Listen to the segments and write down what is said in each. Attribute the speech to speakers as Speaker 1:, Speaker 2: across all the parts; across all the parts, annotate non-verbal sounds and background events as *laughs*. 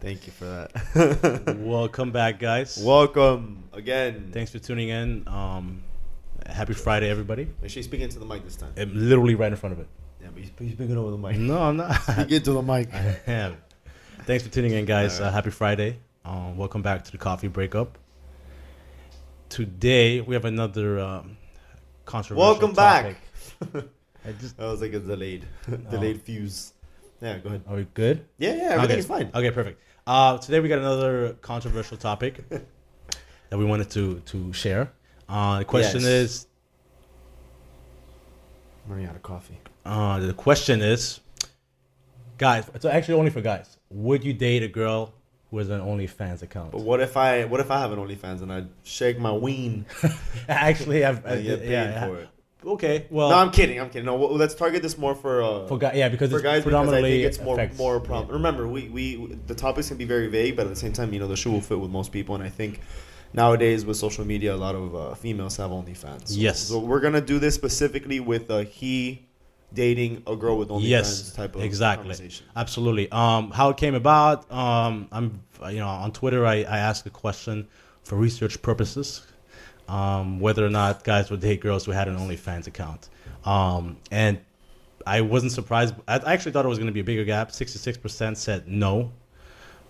Speaker 1: Thank you for that. *laughs*
Speaker 2: Welcome back, guys.
Speaker 1: Welcome again.
Speaker 2: Thanks for tuning in. Um, happy Friday, everybody.
Speaker 1: Make sure you speak into the mic this time.
Speaker 2: I'm literally right in front of it.
Speaker 1: Yeah, but you sp- you speaking over the *laughs* mic.
Speaker 2: No, I'm not. *laughs* I
Speaker 3: Get to the
Speaker 1: *laughs*
Speaker 3: mic.
Speaker 2: am. Thanks for tuning in, guys. Uh, happy Friday. Um, welcome back to the Coffee Breakup. Today we have another um, controversial.
Speaker 1: Welcome back.
Speaker 2: topic.
Speaker 1: *laughs*
Speaker 2: I just,
Speaker 1: That was like a delayed, *laughs* delayed fuse. Yeah, go ahead.
Speaker 2: are we good?
Speaker 1: Yeah, yeah, everything's
Speaker 2: okay.
Speaker 1: fine.
Speaker 2: Okay, perfect. Uh, today we got another controversial topic
Speaker 1: *laughs*
Speaker 2: that we wanted to to share. Uh, the question
Speaker 1: Yes.
Speaker 2: is,
Speaker 1: I'm running out of coffee.
Speaker 2: uh, the question is, guys. It's actually only for guys. Would you date a girl who has an OnlyFans account?
Speaker 1: But what if I, what if I have an OnlyFans and I shake my ween
Speaker 2: *laughs* actually, I've, I,
Speaker 1: and get paid
Speaker 2: yeah.
Speaker 1: for it?
Speaker 2: Okay, well,
Speaker 1: no, I'm kidding. I'm kidding. No, well, let's target this more for uh,
Speaker 2: for guys, yeah, because
Speaker 1: for
Speaker 2: it's
Speaker 1: guys because I
Speaker 2: predominantly
Speaker 1: think it's more
Speaker 2: affects-
Speaker 1: more problem.
Speaker 2: yeah.
Speaker 1: Remember, we, we the topics can be very vague, but at the same time, you know, the shoe will fit with most people. And I think nowadays with social media, a lot of uh, females have OnlyFans. So,
Speaker 2: Yes.
Speaker 1: So we're gonna do this specifically with uh, he dating a girl with OnlyFans
Speaker 2: yes,
Speaker 1: type of
Speaker 2: exactly,
Speaker 1: conversation.
Speaker 2: absolutely. Um, how it came about? Um, I'm you know on Twitter, I, I asked a question for research purposes, um, whether or not guys would date girls who had an OnlyFans account, um, and I wasn't surprised. I I actually thought it was going to be a bigger gap. Sixty-six percent said no.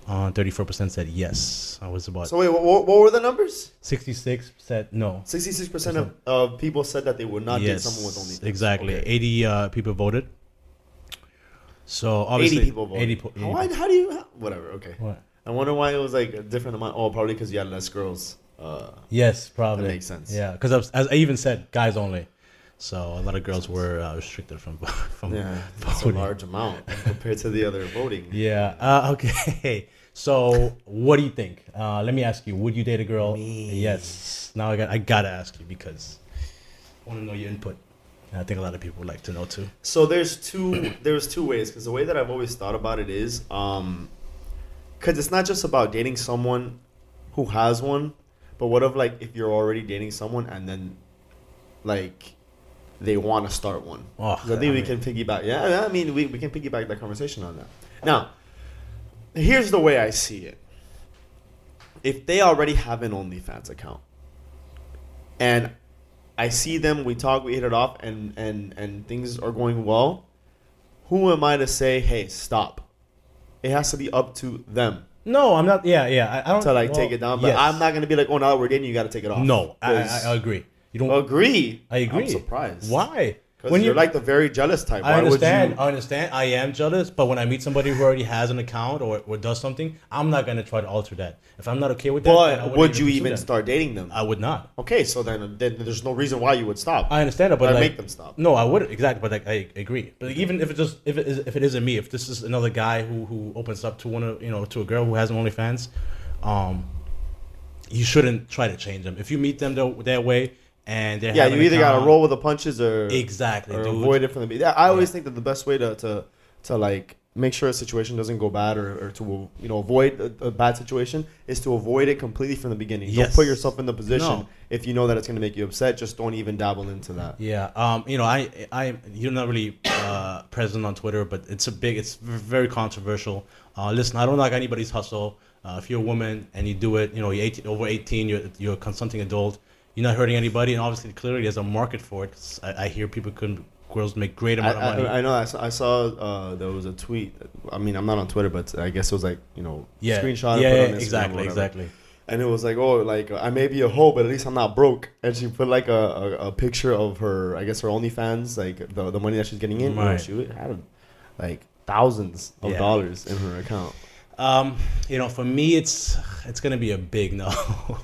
Speaker 2: Uh, 34% said yes. I was about
Speaker 1: So wait, what, what were the numbers?
Speaker 2: 66 said no.
Speaker 1: Sixty-six percent of of people said that they would not date someone with OnlyFans.
Speaker 2: Exactly.
Speaker 1: Okay.
Speaker 2: 80 uh, people voted. So obviously,
Speaker 1: Eighty people voted.
Speaker 2: 80 po- 80
Speaker 1: Why? How do you? How, whatever. Okay.
Speaker 2: What?
Speaker 1: I wonder why it was like a different amount. Oh, probably because you had less girls. Uh,
Speaker 2: Yes, probably.
Speaker 1: makes sense.
Speaker 2: Yeah, because as I even said, guys only. So a lot of girls were uh, restricted from *laughs* from
Speaker 1: Yeah, it's a
Speaker 2: voting.
Speaker 1: large
Speaker 2: *laughs*
Speaker 1: amount compared to the other voting.
Speaker 2: Yeah. Uh, *laughs* okay. So what do you think? Uh, let me ask you: Would you date a girl?
Speaker 1: Me.
Speaker 2: Yes. Now I got I gotta ask you because I want to know your input. And I think a lot of people would like to know too.
Speaker 1: So there's two there's two ways because the way that I've always thought about it is um, because it's not just about dating someone who has one, but what if like if you're already dating someone and then like they want to start one?
Speaker 2: Oh,
Speaker 1: 'Cause I think
Speaker 2: I
Speaker 1: we
Speaker 2: mean-
Speaker 1: can piggyback. Yeah, I mean we we can piggyback that conversation on that. Now, here's the way I see it. If they already have an OnlyFans account, and I see them, we talk, we hit it off, and and and things are going well. Who am I to say, hey, stop? It has to be up to them
Speaker 2: No, I'm not. Yeah, yeah. I, I don't.
Speaker 1: to like
Speaker 2: well,
Speaker 1: take it down. But
Speaker 2: yes.
Speaker 1: I'm not gonna be like, oh, now that we're dating, you got to take it off.
Speaker 2: No, I, I,
Speaker 1: 'Cause-
Speaker 2: I agree. You don't.
Speaker 1: agree.
Speaker 2: I agree.
Speaker 1: I'm surprised.
Speaker 2: Why?
Speaker 1: Because you're
Speaker 2: you-
Speaker 1: like the very jealous type.
Speaker 2: I
Speaker 1: Why would
Speaker 2: understand.
Speaker 1: you-
Speaker 2: I understand. I am jealous, but when I meet somebody who already has an account or, or does something, I'm not gonna try to alter that. If I'm not okay with that, then I
Speaker 1: But
Speaker 2: wouldn't
Speaker 1: would you
Speaker 2: pursue
Speaker 1: even
Speaker 2: them.
Speaker 1: start dating them?
Speaker 2: I would not.
Speaker 1: Okay, so then then there's no reason why you would stop.
Speaker 2: I understand that, but
Speaker 1: I'd
Speaker 2: like,
Speaker 1: make them stop.
Speaker 2: No, I would exactly, but like, I agree. But like, even if it just if it is if it isn't me, if this is another guy who who opens up to one of you know to a girl who has an OnlyFans, um, you shouldn't try to change them. If you meet them tho- that way and they
Speaker 1: yeah, you either got to roll with the punches or
Speaker 2: exactly,
Speaker 1: or
Speaker 2: dude.
Speaker 1: avoid it from the beginning. I always think that the best way to, to to like make sure a situation doesn't go bad or, or to you know avoid a, a bad situation is to avoid it completely from the beginning. Don't
Speaker 2: Yes.
Speaker 1: put yourself in the position
Speaker 2: No.
Speaker 1: if you know that it's going to make you upset. Just don't even dabble into that.
Speaker 2: Yeah, um, you know, I, I, you're not really uh, present on Twitter, but it's a big, it's v- very controversial. Uh, listen, I don't like anybody's hustle. Uh, if you're a woman and you do it, you know, you're 18, over 18, you're, you're a consenting adult. You're not hurting anybody, and obviously, clearly, there's a market for it. 'cause I, I hear people can, girls make great
Speaker 1: I,
Speaker 2: amount of money.
Speaker 1: I, I know. I saw, I saw uh, there was a tweet. I mean, I'm not on Twitter, but I guess it was like you know,
Speaker 2: yeah,
Speaker 1: screenshot. and
Speaker 2: yeah,
Speaker 1: put
Speaker 2: yeah,
Speaker 1: on Instagram or
Speaker 2: exactly,
Speaker 1: whatever.
Speaker 2: exactly.
Speaker 1: And it was like, oh, like I may be a hoe, but at least I'm not broke. And she put like a, a, a picture of her, I guess her OnlyFans, like the, the money that she's getting in. You know,
Speaker 2: Right.
Speaker 1: she had like thousands of
Speaker 2: Yeah.
Speaker 1: dollars in her account.
Speaker 2: Um, you know, for me, it's it's gonna be a big no.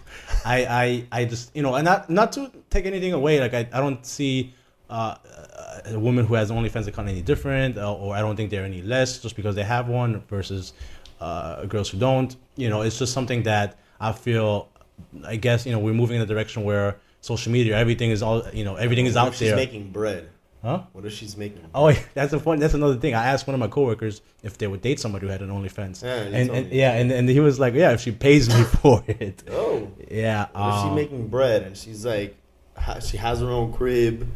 Speaker 2: *laughs* I, I I just you know, and not not to take anything away. Like I, I don't see uh, a woman who has an OnlyFans account any different, uh, or I don't think they're any less just because they have one versus uh, girls who don't. You know, it's just something that I feel. I guess you know we're moving in a direction where social media, everything is all you know, everything is
Speaker 1: What
Speaker 2: out
Speaker 1: if she's
Speaker 2: there.
Speaker 1: making bread.
Speaker 2: huh?
Speaker 1: What if she's making?
Speaker 2: Oh, *laughs* yeah, that's a fun. That's another thing. I asked one of my coworkers if they would date somebody who had an OnlyFans,
Speaker 1: Yeah, you
Speaker 2: and,
Speaker 1: told
Speaker 2: and
Speaker 1: me.
Speaker 2: yeah, and, and he was like, "Yeah, if she pays me *laughs* for it,
Speaker 1: Oh,
Speaker 2: yeah."
Speaker 1: what if she's
Speaker 2: um,
Speaker 1: making bread and she's like, ha- she has her own crib,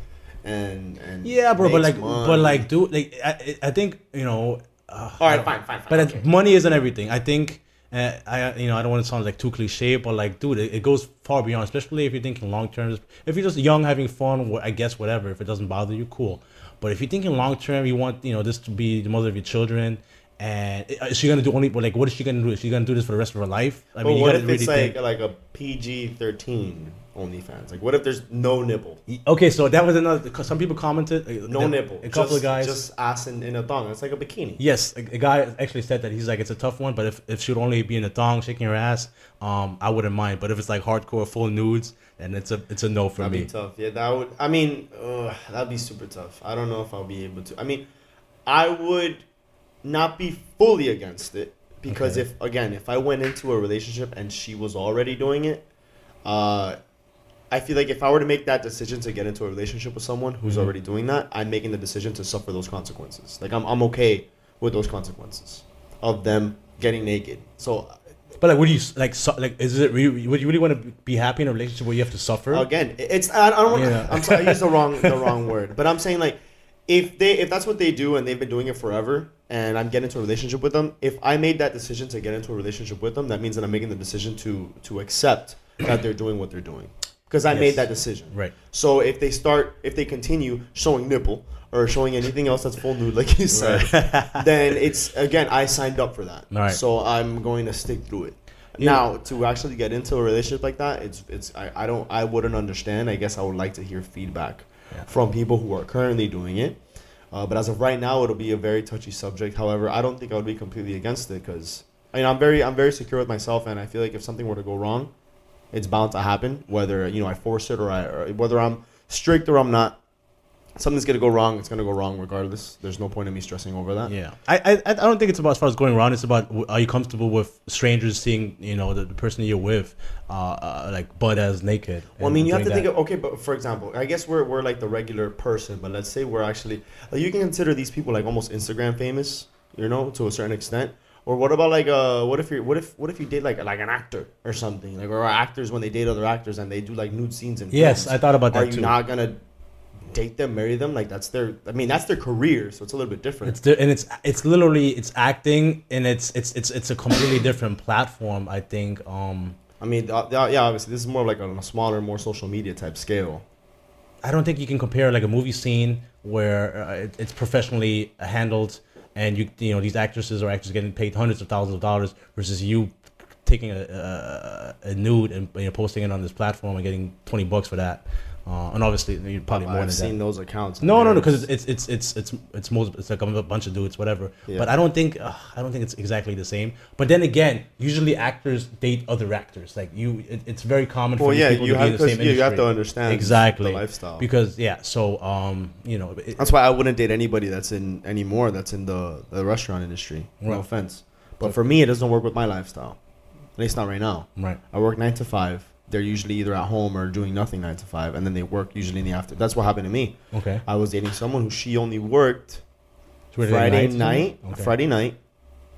Speaker 1: and and
Speaker 2: yeah, bro, but
Speaker 1: makes
Speaker 2: like,
Speaker 1: money.
Speaker 2: but like, dude, like, I, I I think you know, uh,
Speaker 1: All
Speaker 2: I
Speaker 1: right,
Speaker 2: don't-
Speaker 1: fine, fine, fine.
Speaker 2: But
Speaker 1: okay.
Speaker 2: it, money isn't everything. I think uh, I you know I don't want to sound like too cliche, but like dude, it, it goes far beyond. Especially if you're thinking long term. If you're just young, having fun, wh- I guess whatever. If it doesn't bother you, cool. But if you're thinking long term, you want you know this to be the mother of your children. And i- is she gonna do only like what is she gonna do? Is she gonna do this for the rest of her life? I
Speaker 1: but
Speaker 2: you
Speaker 1: what
Speaker 2: gotta
Speaker 1: if it's
Speaker 2: think-
Speaker 1: like like a PG thirteen OnlyFans? Like, what if there's no nipple,
Speaker 2: Okay, so that was another. 'cause Some people commented. uh,
Speaker 1: no
Speaker 2: that-
Speaker 1: nipple,
Speaker 2: A couple
Speaker 1: just,
Speaker 2: of guys.
Speaker 1: just ass in, in a thong? It's like a bikini.
Speaker 2: yes, a, a guy actually said that he's like it's a tough one, but if, if she would only be in a thong shaking her ass, um, I wouldn't mind. But if it's like hardcore full nudes, then it's a it's a no for
Speaker 1: That'd
Speaker 2: me.
Speaker 1: be tough. Yeah, that would. I mean, ugh, that'd be super tough. I don't know if I'll be able to. I mean, I would not be fully against it because
Speaker 2: Okay.
Speaker 1: if again, if I went into a relationship and she was already doing it, uh, I feel like if I were to make that decision to get into a relationship with someone who's
Speaker 2: Mhm.
Speaker 1: already doing that, I'm making the decision to suffer those consequences. Like I'm, I'm okay with those consequences of them getting naked. So
Speaker 2: But like, would you s- like su- like is it re- would you really want to be happy in a relationship where you have to suffer?
Speaker 1: Again, it- it's I I don't. wanna-
Speaker 2: Yeah.
Speaker 1: I'm sorry, I used the
Speaker 2: *laughs*
Speaker 1: wrong the wrong word, but I'm saying like, if they if that's what they do and they've been doing it forever, and I'm getting into a relationship with them, if I made that decision to get into a relationship with them, that means that I'm making the decision to to accept that they're doing what they're doing, because I
Speaker 2: Yes.
Speaker 1: made that decision.
Speaker 2: Right.
Speaker 1: So if they start, if they continue showing nipple or showing anything else that's full nude, like you said,
Speaker 2: *laughs*
Speaker 1: then it's again I signed up for that.
Speaker 2: Right.
Speaker 1: So I'm going to stick through it.
Speaker 2: Yeah.
Speaker 1: Now to actually get into a relationship like that, it's it's I, I don't I wouldn't understand. I guess I would like to hear feedback
Speaker 2: Yeah.
Speaker 1: from people who are currently doing it. Uh, but as of right now, it'll be a very touchy subject. However, I don't think I would be completely against it because I mean I'm very I'm very secure with myself, and I feel like if something were to go wrong, it's bound to happen. Whether you know I force it or I or whether I'm strict or I'm not, something's gonna go wrong. It's gonna go wrong regardless. There's no point in me stressing over that.
Speaker 2: Yeah, I, I I don't think it's about as far as going around. It's about w- are you comfortable with strangers seeing you know the, the person you're with, uh, uh like butt as naked.
Speaker 1: Well, I mean, you have to think of okay, but for example, I guess we're we're like the regular person, but let's say we're actually like, you can consider these people like almost Instagram famous, you know, to a certain extent. Or what about like uh, what if you are what if what if you date like like an actor or something like or actors when they date other actors and they do like nude scenes and
Speaker 2: Yes, I thought about
Speaker 1: Are
Speaker 2: that
Speaker 1: you
Speaker 2: too.
Speaker 1: not gonna date them, marry them? Like that's their I mean that's their career, so it's a little bit different.
Speaker 2: It's di- and it's it's literally it's acting and it's it's it's it's a completely different platform. I think. Um,
Speaker 1: I mean uh, yeah, yeah, obviously this is more like on a smaller, more social media type scale.
Speaker 2: I don't think you can compare like a movie scene where uh, it, it's professionally handled and you you know these actresses or actors getting paid hundreds of thousands of dollars versus you taking a a, a nude and you know, posting it on this platform and getting twenty bucks for that. Uh, and obviously, you probably more
Speaker 1: I've
Speaker 2: than that.
Speaker 1: seen those accounts.
Speaker 2: No, no, no,
Speaker 1: They're-
Speaker 2: because it's it's it's it's it's most it's like a bunch of dudes, whatever.
Speaker 1: Yeah.
Speaker 2: But I don't think uh, I don't think it's exactly the same. But then again, usually actors date other actors. Like you, it, it's very common for
Speaker 1: Well,
Speaker 2: these
Speaker 1: yeah,
Speaker 2: people
Speaker 1: you
Speaker 2: to be
Speaker 1: have
Speaker 2: in the
Speaker 1: because
Speaker 2: same
Speaker 1: you, you have to
Speaker 2: industry.
Speaker 1: understand
Speaker 2: exactly
Speaker 1: the lifestyle.
Speaker 2: because yeah. So um, you know, it,
Speaker 1: that's why I wouldn't date anybody that's in anymore that's in the, the restaurant industry.
Speaker 2: Right.
Speaker 1: No offense, but for me, it doesn't work with my lifestyle. At least not right now.
Speaker 2: right.
Speaker 1: I work nine to five. They're usually either at home or doing nothing nine to five, and then they work usually in the after. That's what happened to me.
Speaker 2: Okay.
Speaker 1: I was dating someone who she only worked
Speaker 2: Twitter
Speaker 1: Friday
Speaker 2: nights?
Speaker 1: night,
Speaker 2: Okay.
Speaker 1: Friday night,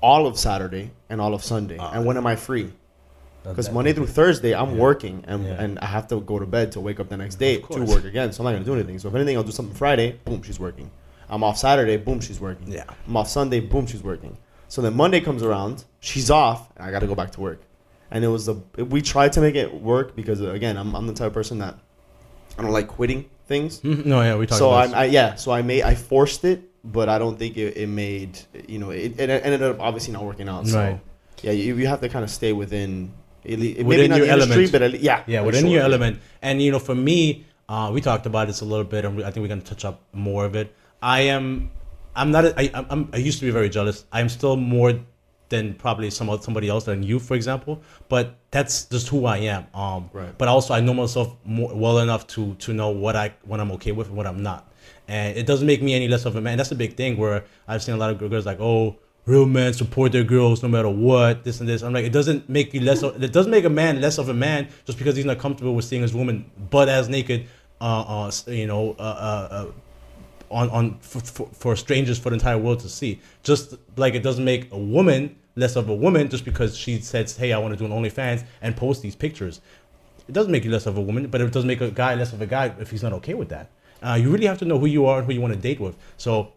Speaker 1: all of Saturday and all of Sunday.
Speaker 2: Ah.
Speaker 1: and when am I free?
Speaker 2: That-
Speaker 1: Because
Speaker 2: that-
Speaker 1: Monday through Thursday, I'm
Speaker 2: Yeah.
Speaker 1: working and,
Speaker 2: Yeah.
Speaker 1: and I have to go to bed to wake up the next day
Speaker 2: Of
Speaker 1: to
Speaker 2: course.
Speaker 1: work again. So I'm not going to do anything. So if anything, I'll do something Friday. Boom, she's working. I'm off Saturday. Boom, she's working.
Speaker 2: Yeah.
Speaker 1: I'm off Sunday. Boom, she's working. So then Monday comes around. She's off, and I got to go back to work. And it was a we tried to make it work because again, I'm, I'm the type of person that I don't like quitting things.
Speaker 2: Mhm, No, yeah, we talked.
Speaker 1: So
Speaker 2: about
Speaker 1: I'm,
Speaker 2: this.
Speaker 1: I, yeah, so I made I forced it, but I don't think it, it made you know it, it ended up obviously not working out. So
Speaker 2: Right.
Speaker 1: yeah, you, you have to kind of stay within at le- maybe
Speaker 2: Within
Speaker 1: not
Speaker 2: your
Speaker 1: the industry,
Speaker 2: element.
Speaker 1: but at, le- yeah,
Speaker 2: yeah
Speaker 1: for
Speaker 2: within
Speaker 1: sure.
Speaker 2: your element and you know for me uh, we talked about this a little bit and we, i think we're going to touch up more of it i am i'm not a, I, I'm- I'm, I used to be very jealous i'm still more than probably some oth- somebody else than you for example but that's just who i am um,
Speaker 1: Right.
Speaker 2: but also i know myself more, well enough to to know what i what i'm okay with and what i'm not and it doesn't make me any less of a man that's the big thing where i've seen a lot of girls like oh real men support their girls no matter what this and this i'm like it doesn't make you less of, it doesn't make a man less of a man just because he's not comfortable with seeing his woman butt ass naked uh, uh s- you know uh, uh, uh on on for, for, for strangers for the entire world to see just like it doesn't make a woman less of a woman just because she says hey i want to do an onlyfans and post these pictures it doesn't make you less of a woman, but it does make a guy less of a guy if he's not okay with that. Uh, you really have to know who you are and who you want to date with. So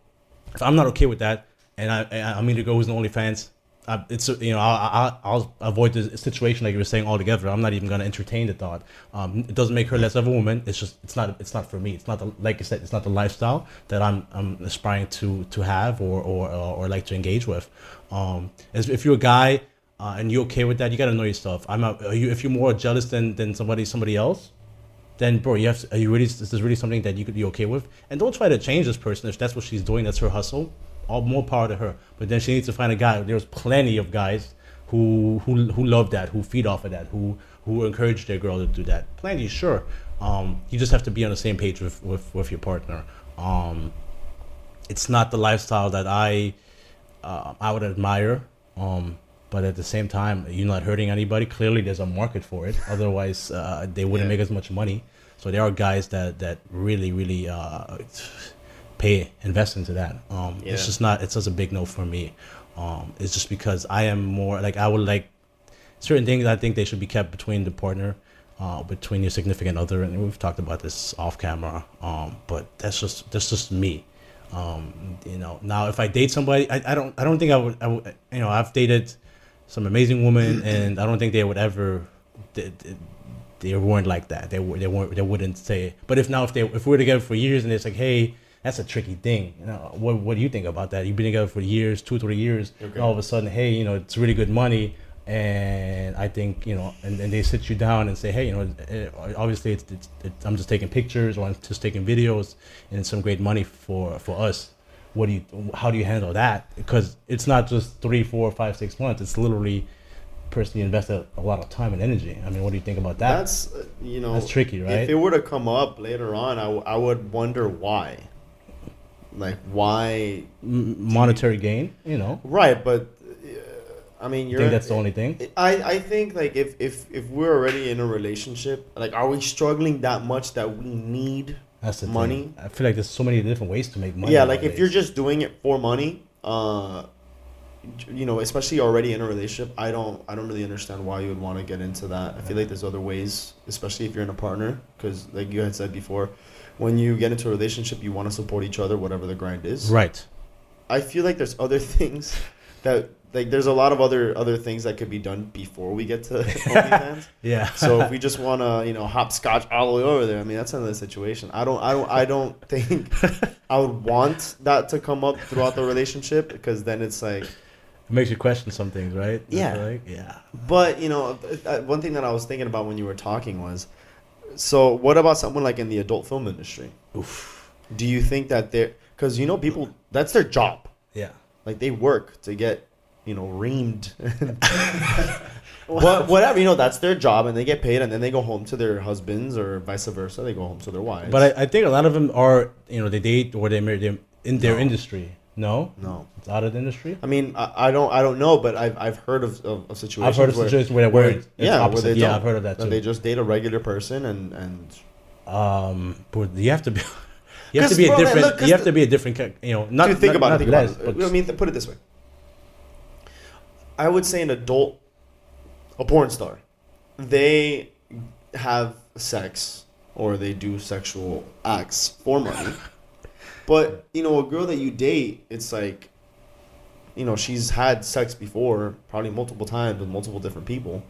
Speaker 2: if I'm not okay with that, and I and I meet a girl who's an OnlyFans. I, it's uh, you know I, I I'll avoid the situation like you were saying altogether. I'm not even gonna entertain the thought. Um, it doesn't make her less of a woman. It's just it's not it's not for me. It's not the, like I said. It's not the lifestyle that I'm I'm aspiring to to have or or uh, or, or like to engage with. Um, as if you're a guy uh, and you're okay with that, you gotta know yourself. I'm not, are you if you're more jealous than than somebody somebody else, then bro, you have to, are you really is this really something that you could be okay with? And don't try to change this person if that's what she's doing. That's her hustle. All more power to her. But then she needs to find a guy. There's plenty of guys who who who love that, who feed off of that, who who encourage their girl to do that. Plenty, sure. Um, you just have to be on the same page with with, with your partner. Um, it's not the lifestyle that I uh, I would admire. Um, but at the same time, you're not hurting anybody. Clearly, there's a market for it. Otherwise, uh, they wouldn't
Speaker 1: Yeah.
Speaker 2: make as much money. So there are guys that that really, really uh, pay invest into that. Um, It's
Speaker 1: Yeah.
Speaker 2: just not. It's just a big no for me. Um, it's just because I am more like I would like certain things. I think they should be kept between the partner, uh, between your significant other, and we've talked about this off camera. Um, but that's just that's just me. Um, you know, now if I date somebody, I, I don't I don't think I would, I would you know I've dated some amazing women, and I don't think they would ever. They, they, they weren't like that. They were, they weren't. They wouldn't say. But if now, if they, if we were together for years, and it's like, hey, that's a tricky thing. You know, what, what do you think about that? You've been together for years, two, three years. and
Speaker 1: Okay.
Speaker 2: all of a sudden, hey, you know, it's really good money, and I think you know, and, and they sit you down and say, hey, you know, eh, obviously, it's, it's, it's, I'm just taking pictures or I'm just taking videos, and some great money for for us. What do you? How do you handle that? Because it's not just three, four, five, six months. It's literally person you invested a lot of time and energy. I mean, what do you think about that?
Speaker 1: That's uh, you know
Speaker 2: That's tricky, right?
Speaker 1: If it were to come up later on, I, w- I would wonder why. Like why?
Speaker 2: M- monetary gain, you know.
Speaker 1: Right, but uh, I mean,
Speaker 2: I
Speaker 1: you're.
Speaker 2: think that's the only thing.
Speaker 1: I, I think like if, if if we're already in a relationship, like are we struggling that much that we need
Speaker 2: That's the thing.
Speaker 1: money?
Speaker 2: I feel like there's so many different ways to make money.
Speaker 1: yeah, like if
Speaker 2: nowadays.
Speaker 1: you're just doing it for money, uh, you know, especially already in a relationship, I don't I don't really understand why you would want to get into that. I feel like there's other ways, especially if you're in a partner, because like you had said before, when you get into a relationship, you want to support each other, whatever the grind is.
Speaker 2: right,
Speaker 1: I feel like there's other *laughs* things that like there's a lot of other other things that could be done before we get to *laughs*
Speaker 2: *laughs*
Speaker 1: OnlyFans.
Speaker 2: yeah.
Speaker 1: So if we *laughs* just want to, you know, hopscotch all the way over there, I mean, that's another situation. I don't, I don't, I don't
Speaker 2: *laughs*
Speaker 1: think I would want that to come up throughout the relationship because then it's like.
Speaker 2: it makes you question some things, right? I
Speaker 1: Yeah.
Speaker 2: feel like. yeah.
Speaker 1: But you know, uh, uh, one thing that I was thinking about when you were talking was, so what about someone like in the adult film industry?
Speaker 2: Oof.
Speaker 1: Do you think that they're because you know people that's their job,
Speaker 2: Yeah.
Speaker 1: like they work to get, you know, reamed. *laughs* What, whatever you know, that's their job, and they get paid, and then they go home to their husbands, or vice versa. They go home to their wives.
Speaker 2: But I, I think a lot of them are, you know, they date or they marry them in their
Speaker 1: No.
Speaker 2: industry. No,
Speaker 1: no,
Speaker 2: it's out of the industry.
Speaker 1: I mean, I, I don't, I don't know, but I've, I've heard of, of, of situations.
Speaker 2: I've heard of
Speaker 1: where-
Speaker 2: situations where, where, it's
Speaker 1: yeah, where
Speaker 2: opposite.
Speaker 1: they
Speaker 2: yeah,
Speaker 1: don't.
Speaker 2: I've heard of that
Speaker 1: They
Speaker 2: too.
Speaker 1: just date a regular person, and and
Speaker 2: Um, but you have to be, *laughs* you
Speaker 1: 'Cause,
Speaker 2: have to be
Speaker 1: bro,
Speaker 2: a
Speaker 1: man,
Speaker 2: different,
Speaker 1: look, 'cause
Speaker 2: you have
Speaker 1: the-
Speaker 2: to be a different, ca- you know, not
Speaker 1: dude, think
Speaker 2: not,
Speaker 1: about
Speaker 2: not
Speaker 1: it. Think
Speaker 2: less,
Speaker 1: about it.
Speaker 2: but
Speaker 1: I mean, th- put it this way. I would say an adult, a porn star, they have sex or they do sexual acts for
Speaker 2: *laughs*
Speaker 1: money. but you know, a girl that you date, it's like, you know, she's had sex before, probably multiple times with multiple different people.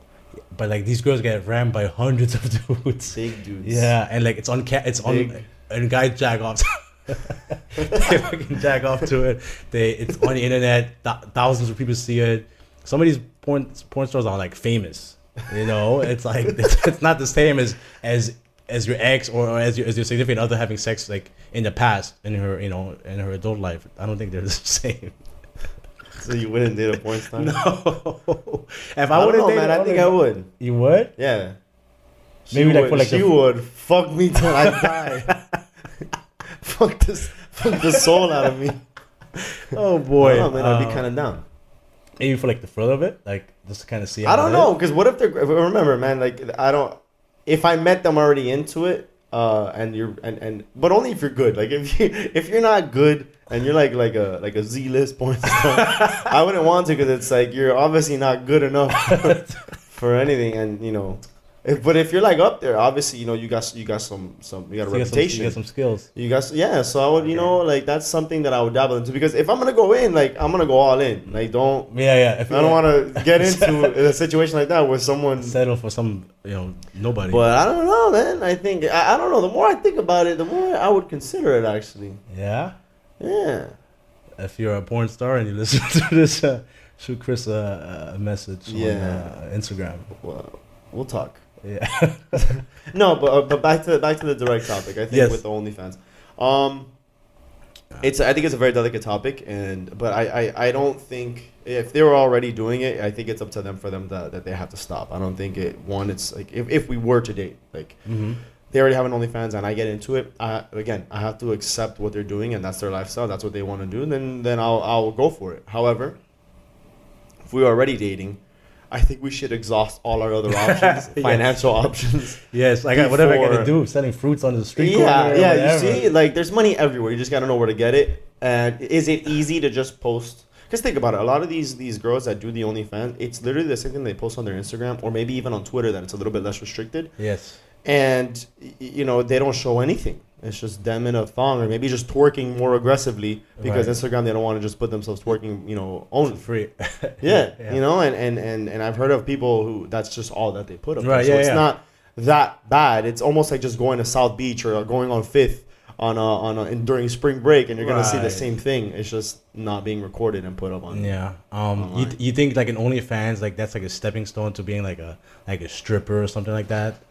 Speaker 2: But like these girls get rammed by hundreds of *laughs* dudes.
Speaker 1: Big dudes.
Speaker 2: Yeah, and like it's on ca- it's on
Speaker 1: Big.
Speaker 2: and guys jack off. *laughs* they fucking jack off to it. They it's on the internet. Th- thousands of people see it. Some of these porn porn stars are like famous. You know, it's like *laughs* it's, it's not the same as as as your ex or, or as your as your significant other having sex like in the past in her you know in her adult life. I don't think they're the *laughs* same.
Speaker 1: So you wouldn't date a porn star?
Speaker 2: *laughs* No, if
Speaker 1: I
Speaker 2: I,
Speaker 1: would
Speaker 2: would
Speaker 1: know,
Speaker 2: have
Speaker 1: man. I think I would.
Speaker 2: You would?
Speaker 1: Yeah.
Speaker 2: Maybe,
Speaker 1: she
Speaker 2: like,
Speaker 1: would,
Speaker 2: for, like,
Speaker 1: she
Speaker 2: the-
Speaker 1: would fuck me till
Speaker 2: *laughs*
Speaker 1: I die. *laughs* fuck this, fuck the soul out of me.
Speaker 2: Oh boy,
Speaker 1: I don't know, man. I'd
Speaker 2: Uh,
Speaker 1: be kind of down.
Speaker 2: maybe for like the thrill of it, like just to kind of see.
Speaker 1: I
Speaker 2: how
Speaker 1: don't
Speaker 2: it
Speaker 1: know,
Speaker 2: is.
Speaker 1: because what if they're? Remember, man. Like I don't. If I met them already into it, uh, and you're and and but only if you're good. Like if you *laughs* if you're not good and you're like like a like a Z list porn star, I wouldn't want to because it's like you're obviously not good enough for anything, and you know If- but if you're like up there, obviously you know you got you got some some you got a
Speaker 2: You got, some, you
Speaker 1: reputation.
Speaker 2: got some skills.
Speaker 1: You guys, yeah. So I would, you know, like that's something that I would dabble into because if I'm gonna go in, like I'm gonna go all in. Like don't,
Speaker 2: Yeah, yeah. If
Speaker 1: I don't want to get into a situation like that with someone.
Speaker 2: settle for some, you know, nobody.
Speaker 1: But I don't know, man. I think I, I don't know. The more I think about it, the more I would consider it. Actually,
Speaker 2: yeah.
Speaker 1: yeah.
Speaker 2: If you're a porn star and you *laughs* listen to this, uh, shoot Chris a, a message on
Speaker 1: Yeah.
Speaker 2: uh, Instagram.
Speaker 1: Well, we'll talk. *laughs*
Speaker 2: Yeah.
Speaker 1: No, but uh, but back to back to the direct topic. I think
Speaker 2: Yes.
Speaker 1: with the OnlyFans, um, it's I think it's a very delicate topic, and but I, I, I don't think if they were already doing it, I think it's up to them for them that that they have to stop. I don't think it one. It's like if, if we were to date, like
Speaker 2: hmm
Speaker 1: they already have an OnlyFans, and I get into it. I, again, I have to accept what they're doing, and that's their lifestyle. That's what they want to do. Then then I'll I'll go for it. However, if we are already dating. I think we should exhaust all our
Speaker 2: *laughs*
Speaker 1: other options,
Speaker 2: Yes.
Speaker 1: financial options,
Speaker 2: *laughs* Yes, I got whatever I got to
Speaker 1: Before-
Speaker 2: do. Selling fruits on the street.
Speaker 1: yeah,
Speaker 2: corner,
Speaker 1: yeah.
Speaker 2: whatever.
Speaker 1: You see, like there's money everywhere. You just gotta know where to get it. And is it easy to just post? Because think about it. A lot of these these girls that do the OnlyFans, it's literally the same thing they post on their Instagram or maybe even on Twitter that it's a little bit less restricted.
Speaker 2: Yes.
Speaker 1: And y- you know they don't show anything. It's just them in a thong or maybe just twerking more aggressively because
Speaker 2: Right.
Speaker 1: Instagram they don't want to just put themselves twerking. You know, only.
Speaker 2: Free. *laughs*
Speaker 1: Yeah,
Speaker 2: Yeah.
Speaker 1: you know, and, and and and I've heard of people who that's just all that they put up. there.
Speaker 2: Right,
Speaker 1: so
Speaker 2: yeah,
Speaker 1: it's
Speaker 2: yeah.
Speaker 1: not that bad. It's almost like just going to South Beach or going on Fifth on a, on a, and during spring break, and you're gonna see the
Speaker 2: Right.
Speaker 1: same thing. It's just not being recorded and put up on.
Speaker 2: Yeah. Um. You,
Speaker 1: Online.
Speaker 2: you think like an OnlyFans like that's like a stepping stone to being like a like a stripper or something like that? *laughs*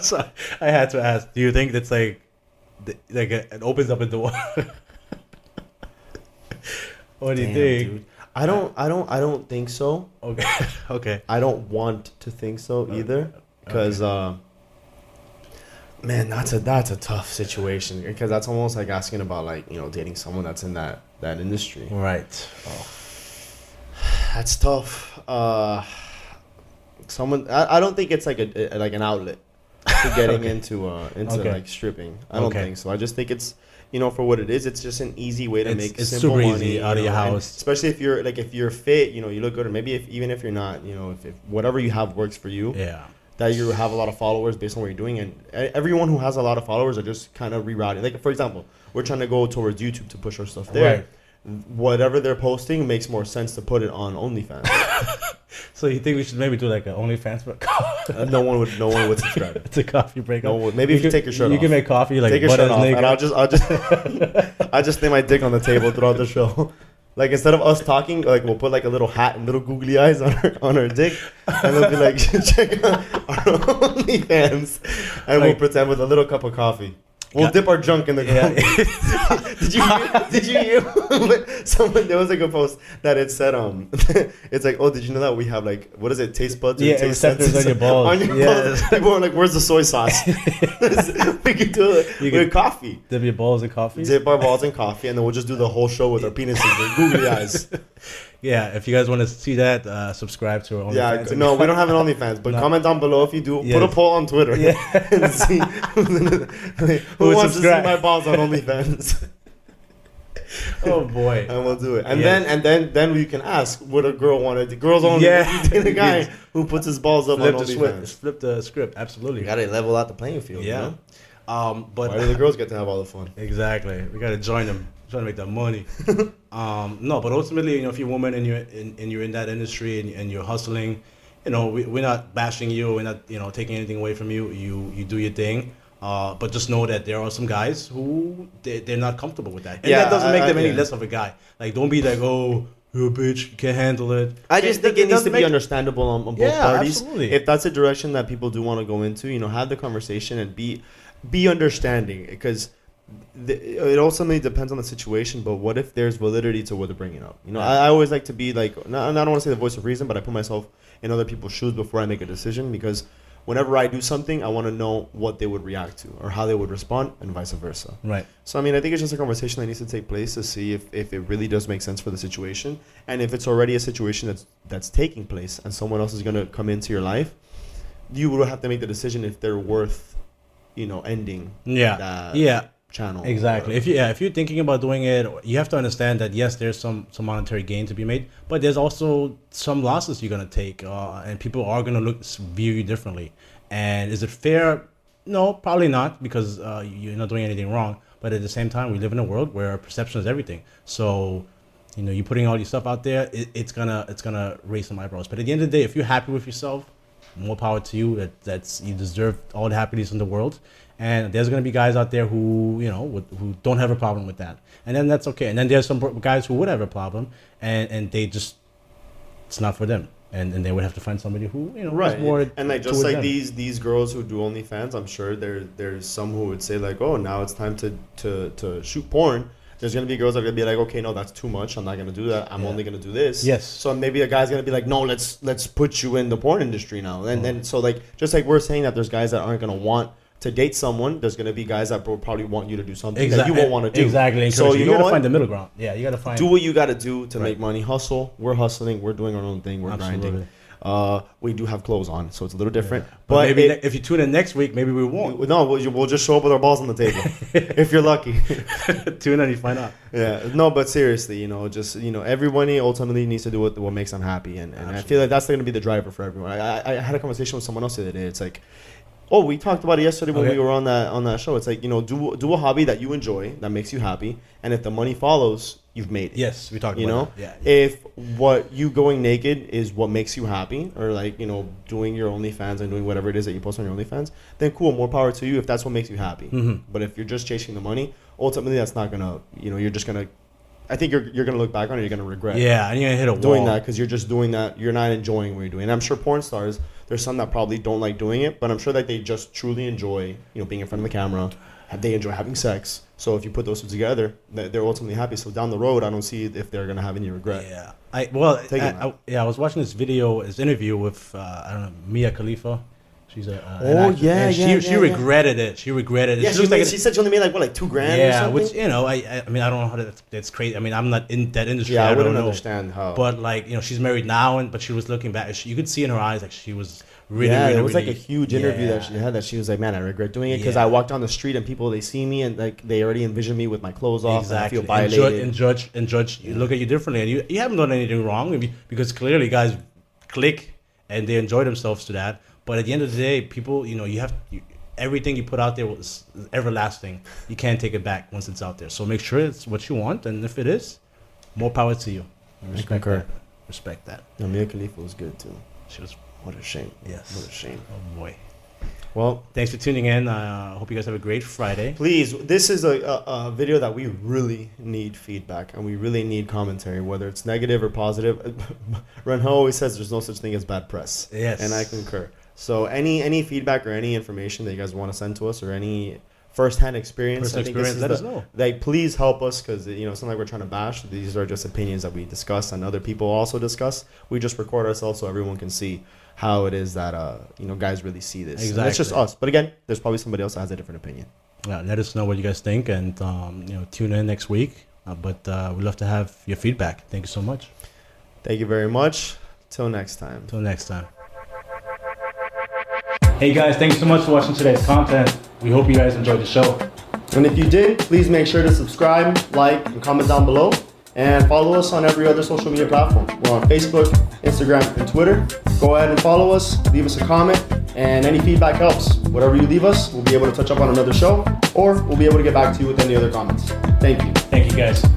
Speaker 2: so I had to ask. Do you think that's like, th- like uh, it opens up into one? *laughs* what do
Speaker 1: Damn,
Speaker 2: you think?
Speaker 1: dude. I don't. I don't. I don't think so.
Speaker 2: Okay. *laughs* okay.
Speaker 1: I don't want to think so either, because uh, man, that's a that's a tough situation because that's almost like asking about like you know dating someone that's in that that industry.
Speaker 2: Right. Oh.
Speaker 1: That's tough. Uh, someone, I, I don't think it's like a, a- like an outlet to
Speaker 2: *laughs*
Speaker 1: getting into uh, into
Speaker 2: Okay.
Speaker 1: like stripping. I don't
Speaker 2: Okay.
Speaker 1: think so. I just think it's you know for what it is, it's just an easy way to
Speaker 2: It's-
Speaker 1: make
Speaker 2: it's
Speaker 1: simple
Speaker 2: super easy,
Speaker 1: money
Speaker 2: out of
Speaker 1: you
Speaker 2: your
Speaker 1: know, and
Speaker 2: house.
Speaker 1: Especially if you're like if you're fit, you know, you look good, or maybe if even if you're not, you know, if, if whatever you have works for you,
Speaker 2: Yeah.
Speaker 1: that you have a lot of followers based on what you're doing, and e- everyone who has a lot of followers are just kind of rerouting. Like for example, we're trying to go towards YouTube to push our stuff there.
Speaker 2: Right.
Speaker 1: Whatever they're posting makes more sense to put it on OnlyFans. *laughs*
Speaker 2: So you think we should maybe do like an OnlyFans for *laughs*
Speaker 1: Uh, no one would. No one would subscribe.
Speaker 2: It's a coffee break.
Speaker 1: No one would. Maybe if you take your shirt
Speaker 2: you
Speaker 1: off.
Speaker 2: can make coffee like
Speaker 1: Take your
Speaker 2: butt
Speaker 1: shirt
Speaker 2: ass
Speaker 1: off,
Speaker 2: naked.
Speaker 1: and I'll just, I'll just, I just *laughs* lay my dick on the table throughout the show. Like instead of us talking, like we'll put like a little hat and little googly eyes on her on her dick, and we'll be like, *laughs* check out our *laughs* OnlyFans, and we'll
Speaker 2: Like-
Speaker 1: pretend with a little cup of coffee. We'll
Speaker 2: Yeah.
Speaker 1: dip our junk in the coffee. *laughs* did you hear, *laughs* did you hear someone there was like a post that it said um *laughs* it's like oh did you know that we have like what is it taste buds
Speaker 2: Yeah,
Speaker 1: taste
Speaker 2: receptors
Speaker 1: sensors *laughs*
Speaker 2: on your balls.
Speaker 1: on your
Speaker 2: Yes.
Speaker 1: balls. people are like where's the soy
Speaker 2: *laughs*
Speaker 1: sauce *laughs* we can do it
Speaker 2: You
Speaker 1: with
Speaker 2: can-
Speaker 1: coffee
Speaker 2: *laughs* Dip your balls in coffee.
Speaker 1: dip our balls in coffee and then we'll just do the whole show with our penises with googly
Speaker 2: *laughs*
Speaker 1: eyes
Speaker 2: Yeah, if you guys want to see that, uh, subscribe to our OnlyFans.
Speaker 1: yeah I- no we don't have an OnlyFans but
Speaker 2: No.
Speaker 1: comment down below if you do
Speaker 2: Yes.
Speaker 1: put a poll on Twitter
Speaker 2: *laughs* Yeah.
Speaker 1: *laughs* and see who
Speaker 2: would
Speaker 1: wants
Speaker 2: subscribe?
Speaker 1: to see my balls on OnlyFans
Speaker 2: oh boy.
Speaker 1: and we'll do it. And
Speaker 2: Yeah.
Speaker 1: then and then then we can ask would a girl want to girls only
Speaker 2: Yeah.
Speaker 1: yeah. date a guy who puts his balls up
Speaker 2: flip
Speaker 1: on
Speaker 2: the script.
Speaker 1: OnlyFans.
Speaker 2: Flip the script. Absolutely.
Speaker 1: You gotta level out the playing field. Yeah.
Speaker 2: yeah. Um,
Speaker 1: Why do the
Speaker 2: but
Speaker 1: girls get to have all the fun?
Speaker 2: exactly, we gotta join them. Trying to make
Speaker 1: *laughs*
Speaker 2: that money. um, no, but ultimately, you know, if you're a woman and you're in, and you're in that industry and, and you're hustling, you know, we, we're not bashing you. We're not, you know, taking anything away from you. You you do your thing. Uh, but just know that there are some guys who they, they're not comfortable with that, and
Speaker 1: Yeah,
Speaker 2: that doesn't
Speaker 1: I-
Speaker 2: make
Speaker 1: I-
Speaker 2: them any
Speaker 1: yeah.
Speaker 2: less of a guy. Like, don't be like, oh, you're a bitch, you can't handle it.
Speaker 1: I just think it needs
Speaker 2: doesn't
Speaker 1: to be
Speaker 2: make-
Speaker 1: understandable on, on both
Speaker 2: Yeah,
Speaker 1: parties.
Speaker 2: absolutely.
Speaker 1: If that's a direction that people do want to go into, you know, have the conversation and be be understanding because the, it ultimately depends on the situation. But what if there's validity to what they're bringing up? You know, I, I always like to be like, and I don't want to say the voice of reason, but I put myself in other people's shoes before I make a decision because whenever I do something, I want to know what they would react to or how they would respond, and vice versa.
Speaker 2: Right.
Speaker 1: So I mean, I think it's just a conversation that needs to take place to see if, if it really does make sense for the situation, and if it's already a situation that's that's taking place, and someone else is gonna come into your life, you will have to make the decision if they're worth, you know, ending.
Speaker 2: Yeah.
Speaker 1: that
Speaker 2: yeah.
Speaker 1: channel.
Speaker 2: Exactly.
Speaker 1: or-
Speaker 2: If you yeah, if you're thinking about doing it, you have to understand that yes, there's some some monetary gain to be made, but there's also some losses you're gonna take, uh, and people are gonna look view you differently. And is it fair? No, probably not, because uh, you're not doing anything wrong. But at the same time, we live in a world where perception is everything. So, you know, you're putting all your stuff out there. It, it's gonna it's gonna raise some eyebrows. But at the end of the day, if you're happy with yourself, more power to you. That that's you deserve all the happiness in the world. And there's gonna be guys out there who you know would, who don't have a problem with that, and then that's okay. And then there's some bro- guys who would have a problem, and and they just it's not for them, and and they would have to find somebody who you know is
Speaker 1: right
Speaker 2: more
Speaker 1: and like just
Speaker 2: towards
Speaker 1: like
Speaker 2: them.
Speaker 1: these these girls who do OnlyFans, I'm sure there there's some who would say like, oh, now it's time to to to shoot porn. There's gonna be girls that are gonna be like, okay, no, that's too much. I'm not gonna do that. I'm
Speaker 2: Yeah.
Speaker 1: only gonna do this.
Speaker 2: Yes.
Speaker 1: So maybe a guy's gonna be like, no, let's let's put you in the porn industry now. And then so like just like we're saying that there's guys that aren't gonna want to date someone. There's gonna be guys that will probably want you to do something that
Speaker 2: Exact-
Speaker 1: you won't want to do.
Speaker 2: exactly.
Speaker 1: So you, know
Speaker 2: gotta
Speaker 1: what?
Speaker 2: find the middle ground. Yeah, you gotta find
Speaker 1: do what you got to do to make
Speaker 2: Right.
Speaker 1: money. Hustle. We're hustling. We're doing our own thing. We're grinding.
Speaker 2: Absolutely.
Speaker 1: Uh, we do have clothes on, so it's a little different.
Speaker 2: But,
Speaker 1: But,
Speaker 2: maybe
Speaker 1: it-
Speaker 2: ne- if you tune in next week, maybe we won't.
Speaker 1: *laughs* no, we'll, we'll just show up with our balls on the
Speaker 2: *laughs*
Speaker 1: table if you're lucky.
Speaker 2: tune in and you find out.
Speaker 1: yeah. No, but seriously, you know, just you know, everybody ultimately needs to do what, what makes them happy, and, and I feel like that's going to be the driver for everyone. I, I, I had a conversation with someone else the other day. It's like. Oh, we talked about it yesterday when
Speaker 2: Okay.
Speaker 1: we were on that on that show. It's like you know, do do a hobby that you enjoy, that makes you happy, and if the money follows, you've made it.
Speaker 2: Yes, we talked
Speaker 1: you know
Speaker 2: about that. Yeah.
Speaker 1: if what you going naked is what makes you happy or like you know doing your onlyfans and doing whatever it is that you post on your onlyfans then cool more power to you if that's what makes you happy
Speaker 2: Mhm.
Speaker 1: but if you're just chasing the money ultimately that's not gonna you know you're just gonna i think you're, you're gonna look back on it you're gonna regret
Speaker 2: Yeah, and you're gonna hit a
Speaker 1: doing
Speaker 2: wall.
Speaker 1: that because you're just doing that you're not enjoying what you're doing and i'm sure porn stars there's some that probably don't like doing it but i'm sure that they just truly enjoy you know being in front of the camera ha- they enjoy having sex so if you put those two together th- they're ultimately happy so down the road i don't see if they're gonna have any regret
Speaker 2: Yeah, I well,
Speaker 1: Take
Speaker 2: I,
Speaker 1: it, man.
Speaker 2: I- yeah, I was watching this video, this interview with uh, I don't know Mia Khalifa. She's a uh, an
Speaker 1: Oh,
Speaker 2: actress,
Speaker 1: yeah,
Speaker 2: and she,
Speaker 1: yeah,
Speaker 2: she
Speaker 1: yeah, yeah.
Speaker 2: regretted it. She regretted it.
Speaker 1: Yeah,
Speaker 2: she
Speaker 1: she,
Speaker 2: looks
Speaker 1: made-
Speaker 2: like
Speaker 1: she
Speaker 2: an,
Speaker 1: said she only made like what, like two grand. or
Speaker 2: yeah,
Speaker 1: something?
Speaker 2: which you know, I I I mean, I don't know how that's that's crazy. I mean, I'm not in that industry.
Speaker 1: yeah, I,
Speaker 2: don't
Speaker 1: wouldn't
Speaker 2: know.
Speaker 1: understand how.
Speaker 2: But like you know, she's married now, and but she was looking back. She, you could see in her eyes like she was really.
Speaker 1: yeah,
Speaker 2: really,
Speaker 1: there was like a
Speaker 2: really-
Speaker 1: huge interview that
Speaker 2: yeah.
Speaker 1: she had that she was like, "Man, I regret doing it because
Speaker 2: Yeah.
Speaker 1: I walk down the street and people they see me and like they already envision me with my clothes off.
Speaker 2: Exactly.
Speaker 1: And
Speaker 2: And,
Speaker 1: I feel
Speaker 2: judge,
Speaker 1: violated.
Speaker 2: and judge and judge you look at you differently, and you, you haven't done anything wrong if you- because clearly guys click and they enjoy themselves to that. But at the end of the day, people, you know, you have you, everything you put out there was is everlasting. You can't take it back once it's out there. So make sure it's what you want, and if it is, more power to you. I
Speaker 1: concur.
Speaker 2: That. Respect that.
Speaker 1: No, Mia Khalifa was good too.
Speaker 2: She was.
Speaker 1: What a shame.
Speaker 2: Yes.
Speaker 1: What a shame.
Speaker 2: Oh boy.
Speaker 1: Well,
Speaker 2: Thanks for tuning in. uh, hope you guys have a great Friday.
Speaker 1: please, this is a, a, a video that we really need feedback and we really need commentary, whether it's negative or positive. *laughs* Renho always says there's no such thing as bad press.
Speaker 2: Yes.
Speaker 1: and I concur. So any any feedback or any information that you guys want to send to us or any firsthand experience,
Speaker 2: Personal
Speaker 1: I think this
Speaker 2: experience,
Speaker 1: is
Speaker 2: let
Speaker 1: the-
Speaker 2: us know.
Speaker 1: Like, please help us because you know it's not like we're trying to bash. These are just opinions that we discuss and other people also discuss. We just record ourselves so everyone can see how it is that uh you know guys really see this. Exactly. it's just
Speaker 2: Exactly.
Speaker 1: us. But again, there's probably somebody else that has a different opinion.
Speaker 2: yeah, let us know what you guys think and um, you know tune in next week uh, but uh, we'd love to have your feedback thank you so much
Speaker 1: Thank you very much. Till next time.
Speaker 2: until next time hey guys thanks so much for watching today's content we hope you guys enjoyed the show
Speaker 1: And if you did, please make sure to subscribe, like, and comment down below. And follow us on every other social media platform. We're on Facebook, Instagram, and Twitter. Go ahead and follow us, leave us a comment, and any feedback helps. Whatever you leave us, we'll be able to touch up on another show, or we'll be able to get back to you with any other comments. Thank you.
Speaker 2: thank you guys